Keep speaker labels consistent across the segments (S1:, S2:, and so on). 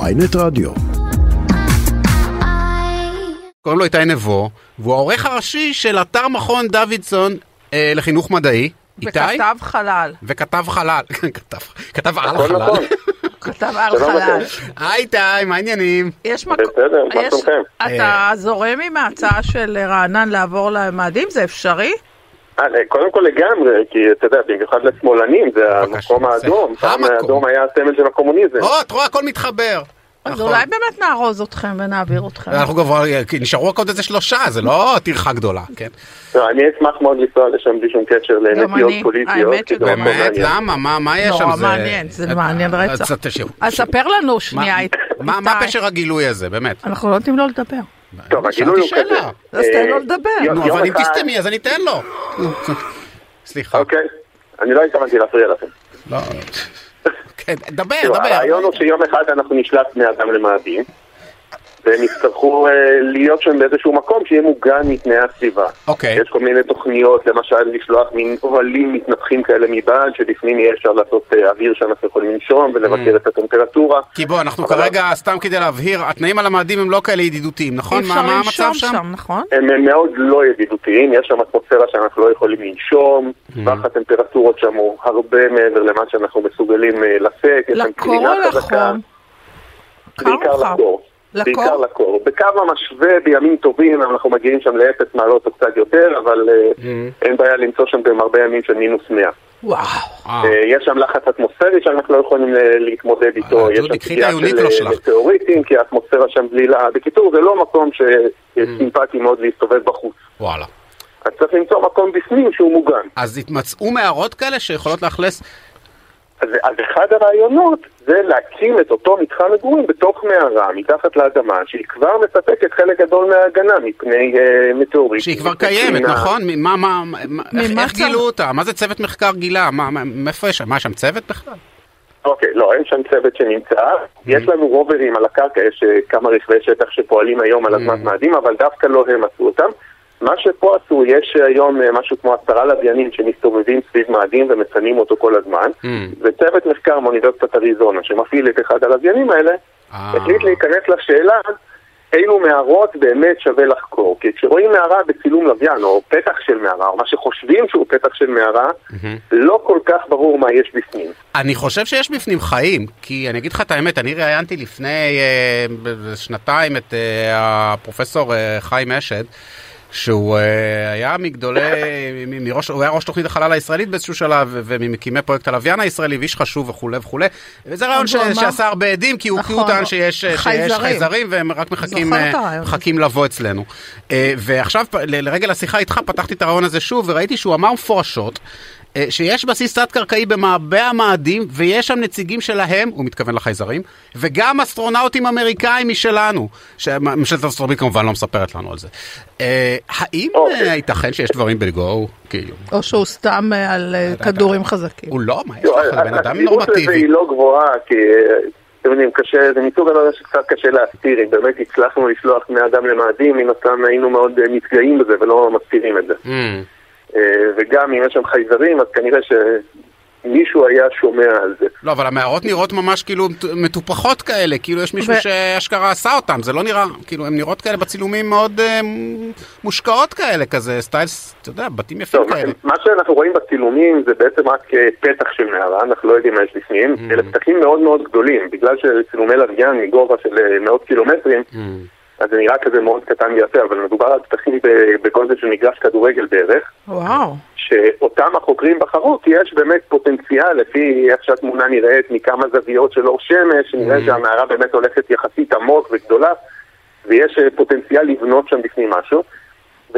S1: ויינט רדיו.
S2: קוראים לו איתי נבו, והוא העורך הראשי של אתר מכון דוידסון אה, לחינוך מדעי. איתי?
S3: וכתב חלל,
S2: וכתב חלל. כתב, כתב על
S4: הכל
S2: חלל.
S4: נכון, לא
S3: כתב על
S4: שלום
S3: חלל.
S4: לכם.
S2: היי איתי, מה העניינים?
S4: כן.
S3: יש מקום,
S4: בסדר, מה
S3: יש-
S4: שלומכם?
S3: אתה
S2: אה.
S3: זורם עם ההצעה של רענן לעבור למאדים? זה אפשרי?
S4: אה, קודם כל לגמרי, כי אתה יודע, במיוחד לשמאלנים, זה
S2: בבקשה,
S4: המקום האדום.
S2: זה
S4: פעם
S2: המקום.
S4: האדום היה הסמל של הקומוניזם.
S2: או, את רואה, הכל מתחבר.
S3: אז
S2: נכון.
S3: אולי באמת נארוז אתכם ונעביר אתכם.
S2: אנחנו כבר, אה, כי נשארו רק עוד איזה שלושה, זה לא טרחה גדולה, כן?
S4: לא, אני אשמח מאוד לנסוע לשם בלי שום קשר לנטיות
S3: אני.
S4: פוליטיות.
S3: האמת
S4: כי זה
S3: שגם
S4: מאוד
S3: אני.
S2: באמת,
S4: לא, מעניין.
S2: למה? מה- מה יש
S3: נורא
S2: שם?
S3: לא, מעניין, זה מעניין רצח.
S2: אז תשאירו.
S3: אז ספר לנו
S2: מה-
S3: שנייה, אית-
S2: מה מה
S3: איתי.
S2: פשר הגילוי הזה, באמת?
S3: אנחנו לא נותנים לו לדבר.
S4: טוב,
S2: שאלתי
S4: הגילוי הוא
S2: שאלה.
S4: כזה.
S3: אז
S4: אה,
S3: תן לו לדבר.
S4: יום-
S2: נו, אבל אם
S4: אחד-
S2: תסתמי, אז אני אתן לו. סליחה.
S4: אוקיי, אני לא התכוונתי להפריע לכם.
S2: לא. כן, דבר,
S4: תראו,
S2: דבר.
S4: לא, הרעיון הוא שיום אחד אנחנו נשלח בני אדם למאדים, והם יצטרכו אה, להיות שם באיזשהו מקום שיהיה מוגן מתנאי הסביבה.
S2: אוקיי.
S4: יש כל מיני תוכניות, למשל לשלוח מין אוהלים מתנפחים כאלה מבעד, שלפנים יהיה אפשר לעשות אה, אוויר שאנחנו יכולים לנשום ולבקר את הטמפרטורה.
S2: Mm. כי בוא, אנחנו
S4: אבל-
S2: כרגע, סתם כדי להבהיר, התנאים על המאדים הם לא כאלה ידידותיים,
S3: אי
S2: נכון? מה
S3: אפשר
S2: מה המצב
S3: לנשום
S2: שם?
S3: שם, נכון?
S4: הם הם מאוד לא ידידותיים, יש שם אטמוספירה שאנחנו לא יכולים לנשום,
S2: Mm.
S4: טווח הטמפרטורות שם הוא הרבה מעבר למה שאנחנו מסוגלים אה, לשאת, יש שם
S3: לקור
S4: קרינה
S3: או
S4: חזקה.
S3: לחום?
S4: בעיקר
S3: קר או חם?
S4: לקור.
S3: לקור?
S4: בעיקר לקור. בקו המשווה בימים טובים אנחנו מגיעים שם לאפס מעלות או קצת יותר, אבל אה,
S2: Mm.
S4: אין בעיה למצוא שם גם הרבה ימים של מינוס 100.
S3: וואו.
S2: אה,
S4: אה, יש שם לחץ אטמוספרי שאנחנו לא יכולים אה, להתמודד איתו,
S2: אה,
S4: יש
S2: דודי,
S4: שם
S2: קחי את
S4: פגיעה
S2: היונית
S4: של
S2: לא
S4: אה,
S2: שלך.
S4: מטאוריטים, כי האטמוספירה שם בלילה. בקיצור, זה לא מקום
S2: Mm.
S4: שסימפטי מאוד להסתובב בחוץ.
S2: וואלה.
S4: אז צריך למצוא מקום בפנים שהוא מוגן.
S2: אז התמצאו מערות כאלה שיכולות לאכלס...
S4: אז, אז אחד הרעיונות זה להקים את אותו מתחם מגורים בתוך מערה, מתחת לאדמה, שהיא כבר מספקת חלק גדול מההגנה מפני אה, מטאורית.
S2: שהיא כבר
S4: מפני
S2: קיימת,
S4: קרינה.
S2: נכון? ממה, מה, מה- איך-
S3: ממה
S2: איך
S3: צריך?
S2: גילו אותה? מה זה צוות מחקר גילה? מה, מה- מאיפה יש שם? מה, יש שם צוות בכלל?
S4: אוקיי, לא, אין שם צוות שנמצא. יש לנו רוברים על הקרקע, יש אה, כמה רכבי שטח שפועלים היום על אדמת מאדים, אבל דווקא לא הם עשו אותם. מה שפה עשו, יש היום אה, משהו כמו עשרה לוויינים שמסתובבים סביב מאדים ומצנים אותו כל הזמן. וצוות מחקר מאוניברסיטת אריזונה, שמפעיל את אחד הלוויינים האלה,
S2: אה,
S4: החליט להיכנס לשאלה אילו מערות באמת שווה לחקור. כי כשרואים מערה בצילום לוויין, או פתח של מערה, או מה שחושבים שהוא פתח של מערה, לא כל כך ברור מה יש בפנים.
S2: אני חושב שיש בפנים חיים, כי אני אגיד לך את האמת, אני ראיינתי לפני אה, ב- ב- שנתיים את אה, הפרופסור אה, חיים אשד, שהוא אה, היה מגדולי, מ- מראש, הוא היה ראש תוכנית החלל הישראלית באיזשהו שלב, ו- וממקימי פרויקט הלוויין הישראלי, ואיש חשוב וכולי וכולי, וזה רעיון ש-
S3: הוא אמר-
S2: שעשה הרבה עדים, כי הוא כי הוא
S3: נכון,
S2: טען שיש אה, שיש
S3: חייזרים.
S2: חייזרים, והם רק מחכים,
S3: זוכרת
S2: אה,
S3: את הרעיון.
S2: מחכים לבוא אצלנו. אה, ועכשיו, פ- ל- לרגל השיחה איתך, פתחתי את הרעיון הזה שוב, וראיתי שהוא אמר מפורשות, אה, שיש בסיס תת-קרקעי במעבה המאדים, ויש שם נציגים שלהם, הוא מתכוון לחייזרים, וגם אסטרונאוטים אמריקאים משלנו. שממשלת ארצות הברית כמובן לא מספרת לנו על זה. אה, האם
S4: אוקיי.
S2: אה, ייתכן שיש דברים בלגו, כאילו,
S3: או שהוא סתם אה, על אה, כדורים חזקים.
S2: הוא לא, מה יש לך,
S4: אה,
S2: זה בן אדם
S4: הסבירות לזה
S2: נורמטיבי.
S4: היא לא גבוהה, כי אה, אתם יודעים, קשה, זה מסוג הדברים שקצת קשה להסתיר. אם באמת הצלחנו לשלוח בני אדם למאדים, מן הסתם היינו מאוד אה, מתגאים בזה ולא מסתירים את זה.
S2: אמ,
S4: אה, וגם אם יש שם חייזרים, אז כנראה שמישהו היה שומע על זה.
S2: לא, אבל המערות נראות ממש כאילו מט- מטופחות כאלה, כאילו יש מישהו
S3: ו-
S2: שאשכרה עשה אותם, זה לא נראה, כאילו הן נראות כאלה בצילומים מאוד אה, מושקעות כאלה, כזה סטייל, אתה יודע, בתים יפים
S4: טוב,
S2: כאלה.
S4: מה שאנחנו רואים בצילומים זה בעצם רק אה, פתח של מערה, אנחנו לא יודעים מה יש בפנים.
S2: Mm.
S4: אלה פתחים מאוד מאוד גדולים, בגלל שצילומי לוויין מגובה של אה, מאות קילומטרים,
S2: Mm.
S4: אז זה נראה כזה מאוד קטן ויפה, אבל מדובר על פתחים ב- בגודל של מגרש כדורגל בערך,
S3: וואו.
S4: שאותם החוקרים בחרו, כי יש באמת פוטנציאל, לפי איך שהתמונה נראית, מכמה זוויות של אור שמש, נראה
S2: Mm.
S4: שהמערה באמת הולכת יחסית עמוק וגדולה, ויש אה, פוטנציאל לבנות שם בפנים משהו.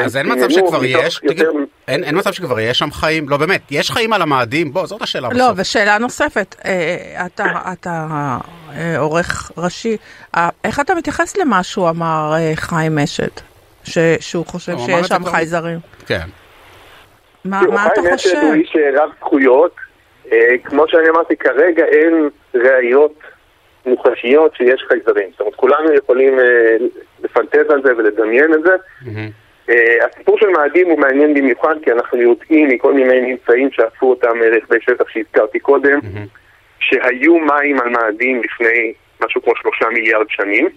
S2: אז אין
S4: והם
S2: מצב
S4: ציינו
S2: שכבר
S4: מתוך
S2: יש,
S4: כן, יותר-
S2: תגיד, אין אין מצב שכבר יש שם חיים, לא באמת, יש חיים על המאדים, בוא, זאת השאלה
S3: לא,
S2: בסוף.
S3: ושאלה נוספת, אה, אתה, אתה אה, עורך ראשי, אה, איך אתה מתייחס למה שהוא אמר אה, חיים אשד, ש, שהוא חושב
S2: לא, הוא אמר את
S3: שיש
S2: זה
S3: שם
S2: כבר-
S3: חייזרים?
S2: כן.
S3: מה,
S4: תראו,
S3: אה, מה אתה
S4: חיים אשד
S3: חושב?
S4: הוא איש אה, רב זכויות. אה, כמו שאני אמרתי, כרגע אין ראיות מוחשיות שיש חייזרים. זאת אומרת, כולנו יכולים אה, לפנטז על זה ולדמיין את זה. אה, הסיפור של מאדים הוא מעניין במיוחד, כי אנחנו יודעים מכל מיני ממצאים שאספו אותם אה, רכבי שטח שהזכרתי קודם. שהיו מים על מאדים לפני משהו כמו שלושה מיליארד שנים,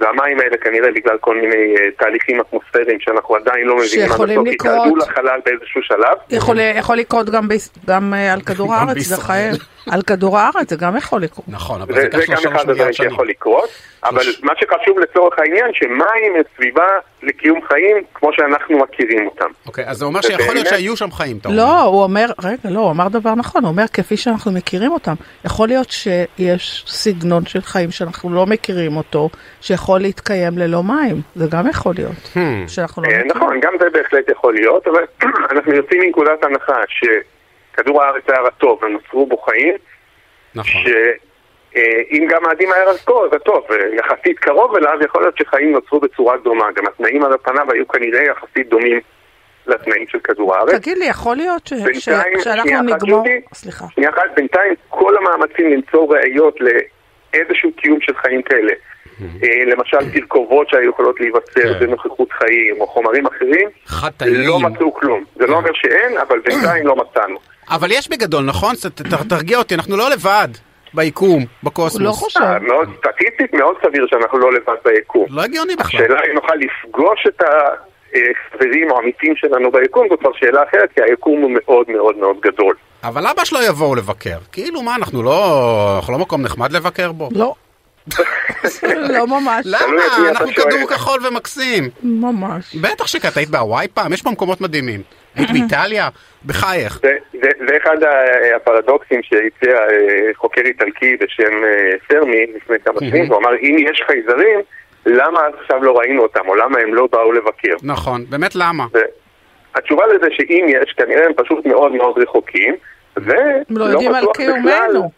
S4: והמים האלה כנראה בגלל כל מיני אה, תהליכים אטמוספריים שאנחנו עדיין לא מבינים מה
S3: שיכולים
S4: בסוף,
S3: לקרות.
S4: יתעלו לחלל באיזשהו שלב.
S3: יכול, יכול לקרות גם, ביס, גם אה, על כדור
S2: גם
S3: הארץ,
S2: בישראל.
S3: דרך אגב. על כדור הארץ זה גם יכול לקרות.
S2: נכון, אבל
S4: זה
S2: זה
S4: זה
S2: ייקח
S4: גם
S2: שלוש
S4: אחד הדברים
S2: מיליארד שנים.
S4: שיכול לקרות, אבל
S2: שלוש.
S4: מה שחשוב לצורך העניין, שמים הם סביבה לקיום חיים כמו שאנחנו מכירים אותם.
S2: אוקיי, אז זה אומר שיכול להיות
S4: ובאמת-
S2: שהיו שם חיים, אתה אומר.
S3: לא, הוא אומר, רגע, לא, הוא אמר דבר נכון, הוא אומר, כפי שאנחנו מכירים אותם. יכול להיות שיש סגנון של חיים שאנחנו לא מכירים אותו, שיכול להתקיים ללא מים. זה גם יכול להיות,
S2: Hmm.
S3: שאנחנו לא
S4: אה,
S3: מכירים.
S4: נכון, גם זה בהחלט יכול להיות, אבל אנחנו יוצאים מנקודת הנחה שכדור הארץ היה רטוב ונוצרו בו חיים,
S2: נכון.
S4: שאם גם מאדים היה רטוב, רטוב, אה, יחסית קרוב אליו, יכול להיות שחיים נוצרו בצורה דומה. גם התנאים על הפניו היו כנראה יחסית דומים לתנאים של כדור הארץ.
S3: תגיד לי, יכול להיות ש-
S4: בינתיים,
S3: ש- שאנחנו
S4: שנייה אחת,
S3: נגמור...
S4: ג'ודי.
S3: סליחה.
S4: שנייה אחת, בינתיים כל המאמצים למצוא ראיות לאיזשהו קיום של חיים כאלה, אה, למשל תרכובות שהיו יכולות להיווצר
S2: כן.
S4: בנוכחות חיים או חומרים אחרים,
S2: חטאים.
S4: לא מצאו כלום. זה
S2: אה.
S4: לא אומר שאין, אבל בינתיים לא מצאנו.
S2: אבל יש בגדול, נכון? ת- ת- תרגיע אותי, אנחנו לא לבד ביקום,
S3: הוא לא
S2: בקוסמוס.
S3: חושב.
S4: אה, מאוד, סטטיסטית מאוד סביר שאנחנו לא לבד ביקום.
S2: לא הגיוני בכלל.
S4: השאלה אם נוכל לפגוש את החברים או עמיתים שלנו ביקום, זו כבר שאלה אחרת, כי היקום הוא מאוד מאוד מאוד גדול.
S2: אבל אבא שלו יבואו לבקר. כאילו, מה, אנחנו לא... אנחנו לא מקום נחמד לבקר בו?
S3: לא. לא ממש.
S2: למה?
S4: תלוי את מי אתה
S2: אנחנו
S4: שואל.
S2: כדור כחול ומקסים.
S3: ממש.
S2: בטח שכן, אתה היית בהוואי פעם? יש פה מקומות מדהימים. היית באיטליה? בחייך.
S4: זה, זה, זה אחד ה- הפרדוקסים שהציע אה, חוקר איטלקי בשם אה, פרמי לפני כמה שנים, הוא אמר אם יש חייזרים, למה עד עכשיו לא ראינו אותם, או למה הם לא באו לבקר?
S2: נכון, באמת למה?
S4: והתשובה לזה שאם יש, כנראה הם פשוט מאוד מאוד רחוקים,
S3: הם לא
S4: ולא
S3: יודעים על
S4: בטוח בכלל,
S3: קיומנו.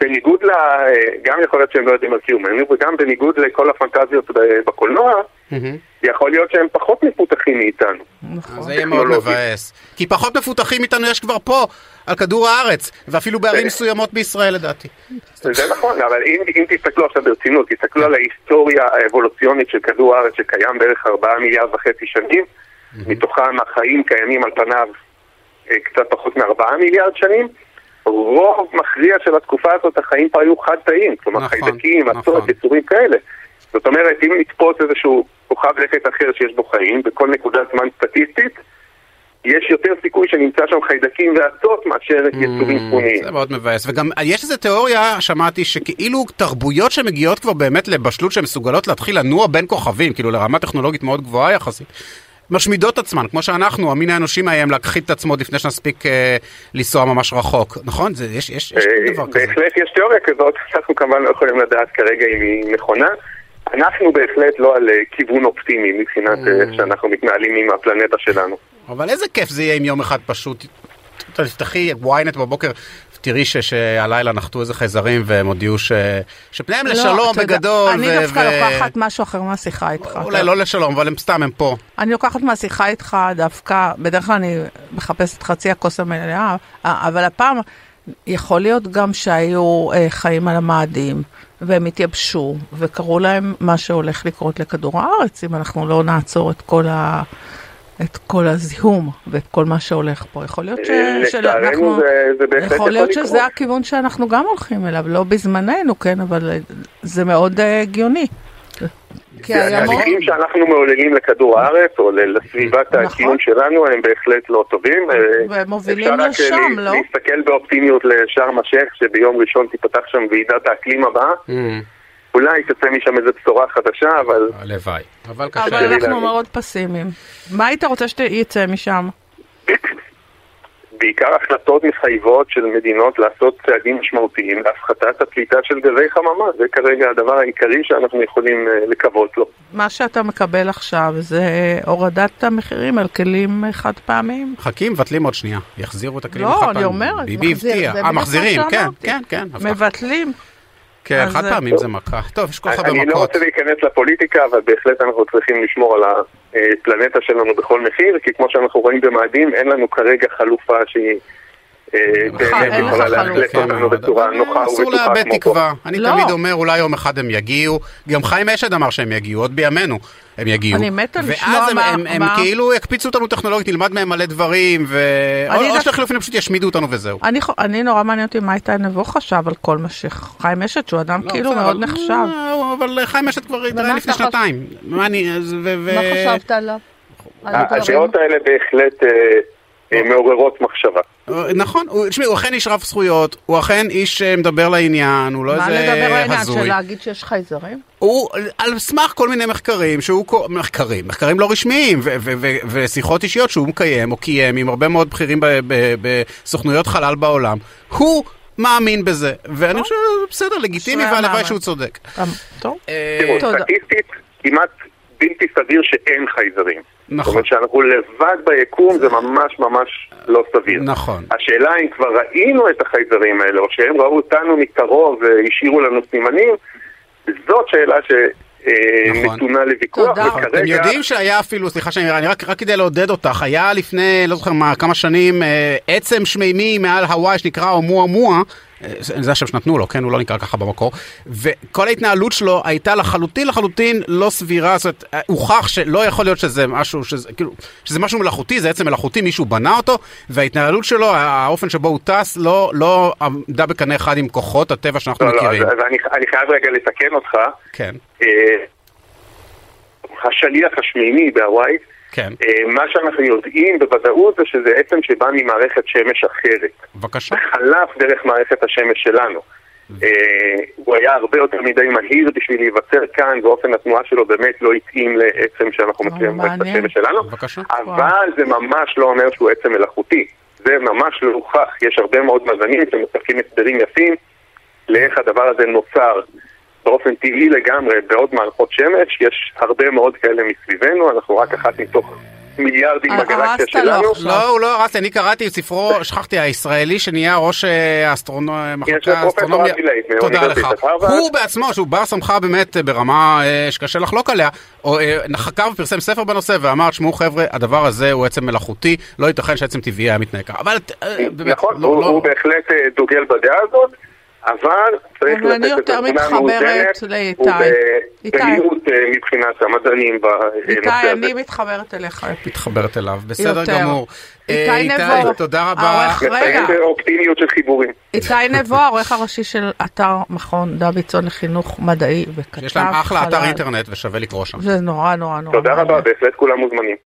S4: בניגוד ל... אה, גם יכול להיות שהם לא יודעים על קיומנו, וגם בניגוד לכל הפנטזיות ב- בקולנוע,
S2: מהמם.
S4: יכול להיות שהם פחות מפותחים מאיתנו.
S3: נכון.
S2: אז זה יהיה מאוד
S4: טכנולוגית.
S2: מבאס. כי פחות מפותחים מאיתנו יש כבר פה, על כדור הארץ, ואפילו בערים מסוימות בישראל לדעתי.
S4: זה נכון, אבל אם, אם תסתכלו עכשיו ברצינות, תסתכלו על ההיסטוריה האבולוציונית של כדור הארץ שקיים בערך 4 מיליארד וחצי שנים, מתוכם החיים קיימים על פניו אה, קצת פחות מ-4 מיליארד שנים, רוב מכריע של התקופה הזאת החיים פה היו חד-תאיים, כלומר
S2: נכון,
S4: חיידקים,
S2: נכון.
S4: מצות, יצורים כאלה. זאת אומרת, אם נתפוס איזשהו כוכב לכת אחר שיש בו חיים, בכל נקודת זמן סטטיסטית, יש יותר סיכוי שנמצא שם חיידקים ואצות מאשר יצורים תבוניים.
S2: זה מאוד מבאס. וגם יש איזו תיאוריה, שמעתי, שכאילו תרבויות שמגיעות כבר באמת לבשלות שהן מסוגלות להתחיל לנוע בין כוכבים, כאילו לרמה טכנולוגית מאוד גבוהה יחסית. משמידות עצמן, כמו שאנחנו, המין האנושי מאיים להכחיד את עצמו לפני שנספיק אה, לנסוע ממש רחוק, נכון? זה, יש, יש, יש
S4: אה,
S2: דבר כזה.
S4: בהחלט יש תיאוריה כזאת, אנחנו כמובן לא יכולים לדעת כרגע אם היא נכונה. אנחנו בהחלט לא על אה, כיוון אופטימי מבחינת אה,
S3: Mm.
S4: איך שאנחנו מתנהלים עם הפלנטה שלנו.
S2: אבל איזה כיף זה יהיה אם יום אחד פשוט, אתה תפתחי ynet בבוקר, תראי ש- שהלילה נחתו איזה חייזרים והם הודיעו ש... שפניהם
S3: לא,
S2: לשלום
S3: אתה יודע,
S2: בגדול.
S3: אני
S2: ו-
S3: דווקא
S2: ו-
S3: לוקחת משהו אחר מהשיחה איתך.
S2: אולי לא לשלום, אבל הם סתם, הם פה.
S3: אני לוקחת מהשיחה איתך דווקא, בדרך כלל אני מחפשת את חצי הכוס המלאה, אה, אבל הפעם יכול להיות גם שהיו אה, חיים על המאדים, והם התייבשו, וקראו להם מה שהולך לקרות לכדור הארץ, אם אנחנו לא נעצור את כל ה... את כל הזיהום ואת כל מה שהולך פה. יכול להיות ש...
S4: אה,
S3: שאנחנו...
S4: לצערנו זה- זה בהחלט
S3: יכול
S4: יכול
S3: להיות
S4: לקרות.
S3: שזה הכיוון שאנחנו גם הולכים אליו, לא בזמננו, כן, אבל אה, זה מאוד אה, הגיוני. כי
S4: זה
S3: היה מאוד...
S4: התהליכים שאנחנו מעוללים לכדור הארץ או ל- לסביבת
S3: נכון.
S4: הקיום שלנו הם בהחלט לא טובים. אה,
S3: והם מובילים
S4: אפשר רק, אה,
S3: לשם,
S4: לה-
S3: לא?
S4: להסתכל באופטימיות לשארם א-שייח, שביום ראשון תיפתח שם ועידת האקלים הבאה. אולי תצא משם איזו בשורה חדשה, אבל
S2: הלוואי. אבל קשה.
S3: אבל
S4: לי
S3: אנחנו
S4: להגיד.
S3: מאוד פסימיים. מה היית רוצה שיצא משם?
S4: בעיקר החלטות מחייבות של מדינות לעשות צעדים משמעותיים להפחתת הפליטה של גזי חממה, זה כרגע הדבר העיקרי שאנחנו יכולים אה, לקוות לו.
S3: מה שאתה מקבל עכשיו זה הורדת המחירים על כלים אה, חד פעמיים?
S2: חכי, מבטלים עוד שנייה. יחזירו את הכלים
S3: לא,
S2: חד
S3: אני
S2: פעמיים.
S3: אומרת,
S2: ביבי
S3: מחזיר,
S2: הבטיח.
S3: זה
S2: אה,
S3: בדיוק מה
S2: מחזירים, כן,
S3: שאמרתי.
S2: כן, כן. הבטחה.
S3: מבטלים?
S2: כן,
S3: אז-
S2: חד פעמים זה מכה. טוב, יש כל כך הרבה
S4: אני לא
S2: מכות.
S4: רוצה להיכנס לפוליטיקה, אבל בהחלט אנחנו צריכים לשמור על אה, הפלנטה שלנו בכל מחיר, כי כמו שאנחנו רואים במאדים, אין לנו כרגע חלופה שהיא אה,
S2: אה,
S3: אה,
S4: באמת
S2: כן,
S4: יכולה להחלט אותנו בצורה נוחה ובטוחה
S2: אסור
S4: כמו פה.
S2: לאבד תקווה. אני
S3: לא.
S2: תמיד אומר, אולי יום אחד הם יגיעו. גם חיים אשד אמר שהם יגיעו, עוד בימינו הם יגיעו.
S3: אני מתה לשמוע
S2: ואז הם-
S3: מה-
S2: הם- הם
S3: מה-
S2: כאילו יקפיצו אותנו טכנולוגית, נלמד מהם מלא דברים, ו-
S3: אני
S2: או- או
S3: דווקא-
S2: שלחילופין הם פשוט ישמידו אותנו וזהו.
S3: אני, חו- אני נורא מעניין אותי מה איתי נבו חשב על כל מה שחיים אשת, שהוא אדם
S2: לא,
S3: כאילו
S2: בסדר,
S3: מאוד
S2: אבל-
S3: נחשב.
S2: לא, אבל חיים אשד כבר התראיין
S1: ומה
S2: לפני
S1: אתה חושב?
S2: שנתיים. מה אני... אז- ו- ו-
S1: מה חשבת עליו?
S2: אה,
S1: על הדברים?
S4: אה, הדעות האלה בהחלט אה,
S2: אוקיי.
S4: אה, מעוררות מחשבה.
S2: אה, נכון, הוא- תשמעי, הוא אכן איש רב זכויות, הוא אכן איש אה, מדבר לעניין, הוא לא
S3: מה לדבר
S2: איזה
S3: לעניין של
S2: הזוי.
S3: להגיד שיש חייזרים?
S2: הוא על סמך כל מיני מחקרים שהוא קו- מחקרים מחקרים לא רשמיים ו- ו- ו- ושיחות אישיות שהוא מקיים או קיים עם הרבה מאוד בכירים ב- ב- בסוכנויות חלל בעולם הוא מאמין בזה ואני חושב שזה בסדר לגיטימי
S3: שהוא היה
S2: והלוואי
S3: מאמין.
S2: שהוא צודק.
S3: גם- טוב.
S2: אה,
S4: תראו,
S3: תודה.
S4: סטטיסטית כמעט בלתי סביר שאין חייזרים.
S2: נכון.
S4: זאת אומרת שאנחנו לבד ביקום זה ממש ממש לא סביר.
S2: נכון.
S4: השאלה אם כבר ראינו את החייזרים האלה, או שהם ראו אותנו מקרוב והשאירו לנו סימנים, זאת שאלה
S2: נכון.
S4: שנתונה לוויכוח,
S3: תודה.
S4: וכרגע...
S2: אתם יודעים שהיה אפילו, סליחה שאני אומר, אני רק, רק כדי לעודד אותך, היה לפני, לא זוכר מה, כמה שנים, אה, עצם שמימי מעל הוואי שנקרא אומואמואה, אה, זה זה השם שנתנו לו, כן? הוא לא נקרא ככה במקור, וכל ההתנהלות שלו הייתה לחלוטין לחלוטין לא סבירה, זאת אומרת, אה, הוכח שלא יכול להיות שזה משהו, שזה, כאילו, שזה משהו מלאכותי, זה עצם מלאכותי, מישהו בנה אותו, וההתנהלות שלו, האופן שבו הוא טס, לא, לא עמדה בקנה אחד עם כוחות הטבע שאנחנו
S4: לא, לא,
S2: מכירים.
S4: אז- אז אני- אני חייב רגע לתקן אותך.
S2: כן,
S4: אה, השליח השמימי בהוואי,
S2: כן,
S4: אה, מה שאנחנו יודעים בוודאות זה שזה עצם שבא ממערכת שמש אחרת.
S2: בבקשה.
S4: חלף דרך מערכת השמש שלנו. אה, הוא היה הרבה יותר מדי מהיר בשביל להיווצר כאן, ואופן התנועה שלו באמת לא התאים לעצם שאנחנו
S3: וואו,
S4: מכירים את
S3: מעניין.
S4: השמש שלנו,
S2: בבקשה.
S4: אבל זה ממש לא אומר שהוא עצם מלאכותי. זה ממש לא הוכח. יש הרבה מאוד מדענים שמספקים הסברים יפים לאיך הדבר הזה נוצר באופן טבעי לגמרי בעוד מערכות שמש. יש הרבה מאוד כאלה מסביבנו, אנחנו רק אחת מתוך מיליארדים
S3: הרסת
S4: בגלקסיה
S3: לו
S4: שלנו.
S3: עכשיו.
S2: לא, הוא לא הרס לי, אני קראתי את ספרו, שכחתי, הישראלי שנהיה ראש אה, אסטרונו-
S4: פרופסור
S2: מחלקה אסטרונומיה.
S4: אבי לייב
S2: תודה לך.
S4: מאוניברסיטת הרווארד.
S2: הוא בעצמו, שהוא בר סמכה באמת אה, ברמה אה, שקשה לחלוק עליה, או, אה, חקר ופרסם ספר בנושא ואמר, שמעו חבר'ה, הדבר הזה הוא עצם מלאכותי, לא ייתכן שעצם טבעי היה מתנהג ככה. אבל אה, באמת,
S4: נכון,
S2: לא-
S4: הוא
S2: לא-
S4: הוא בהחלט אה, דוגל בדעה הזאת, אבל צריך
S3: אבל אני
S4: לתת את
S3: יותר
S4: התמונה
S3: מתחברת
S4: המאוזנת,
S3: לאיתי.
S4: הוא אה,
S3: איתי.
S4: במיעוט אה, מבחינת המדענים בנושא
S3: איתי,
S4: הזה.
S3: אני מתחברת אליך.
S2: מתחברת אליו, בסדר
S3: יותר.
S2: גמור. אה,
S3: איתי נבו,
S2: תודה רבה.
S3: העורך
S4: מסיים
S3: רגע, אוקיי.
S4: באופטימיות של חיבורים.
S3: איתי
S2: כן.
S3: נבו, העורך הראשי של אתר מכון דוידסון לחינוך מדעי וכתב
S2: יש להם אחלה אתר
S3: חלל.
S2: אינטרנט ושווה לקרוא שם.
S3: זה נורא נורא נורא.
S4: תודה
S3: מעניין.
S4: רבה, בהחלט כולם מוזמנים.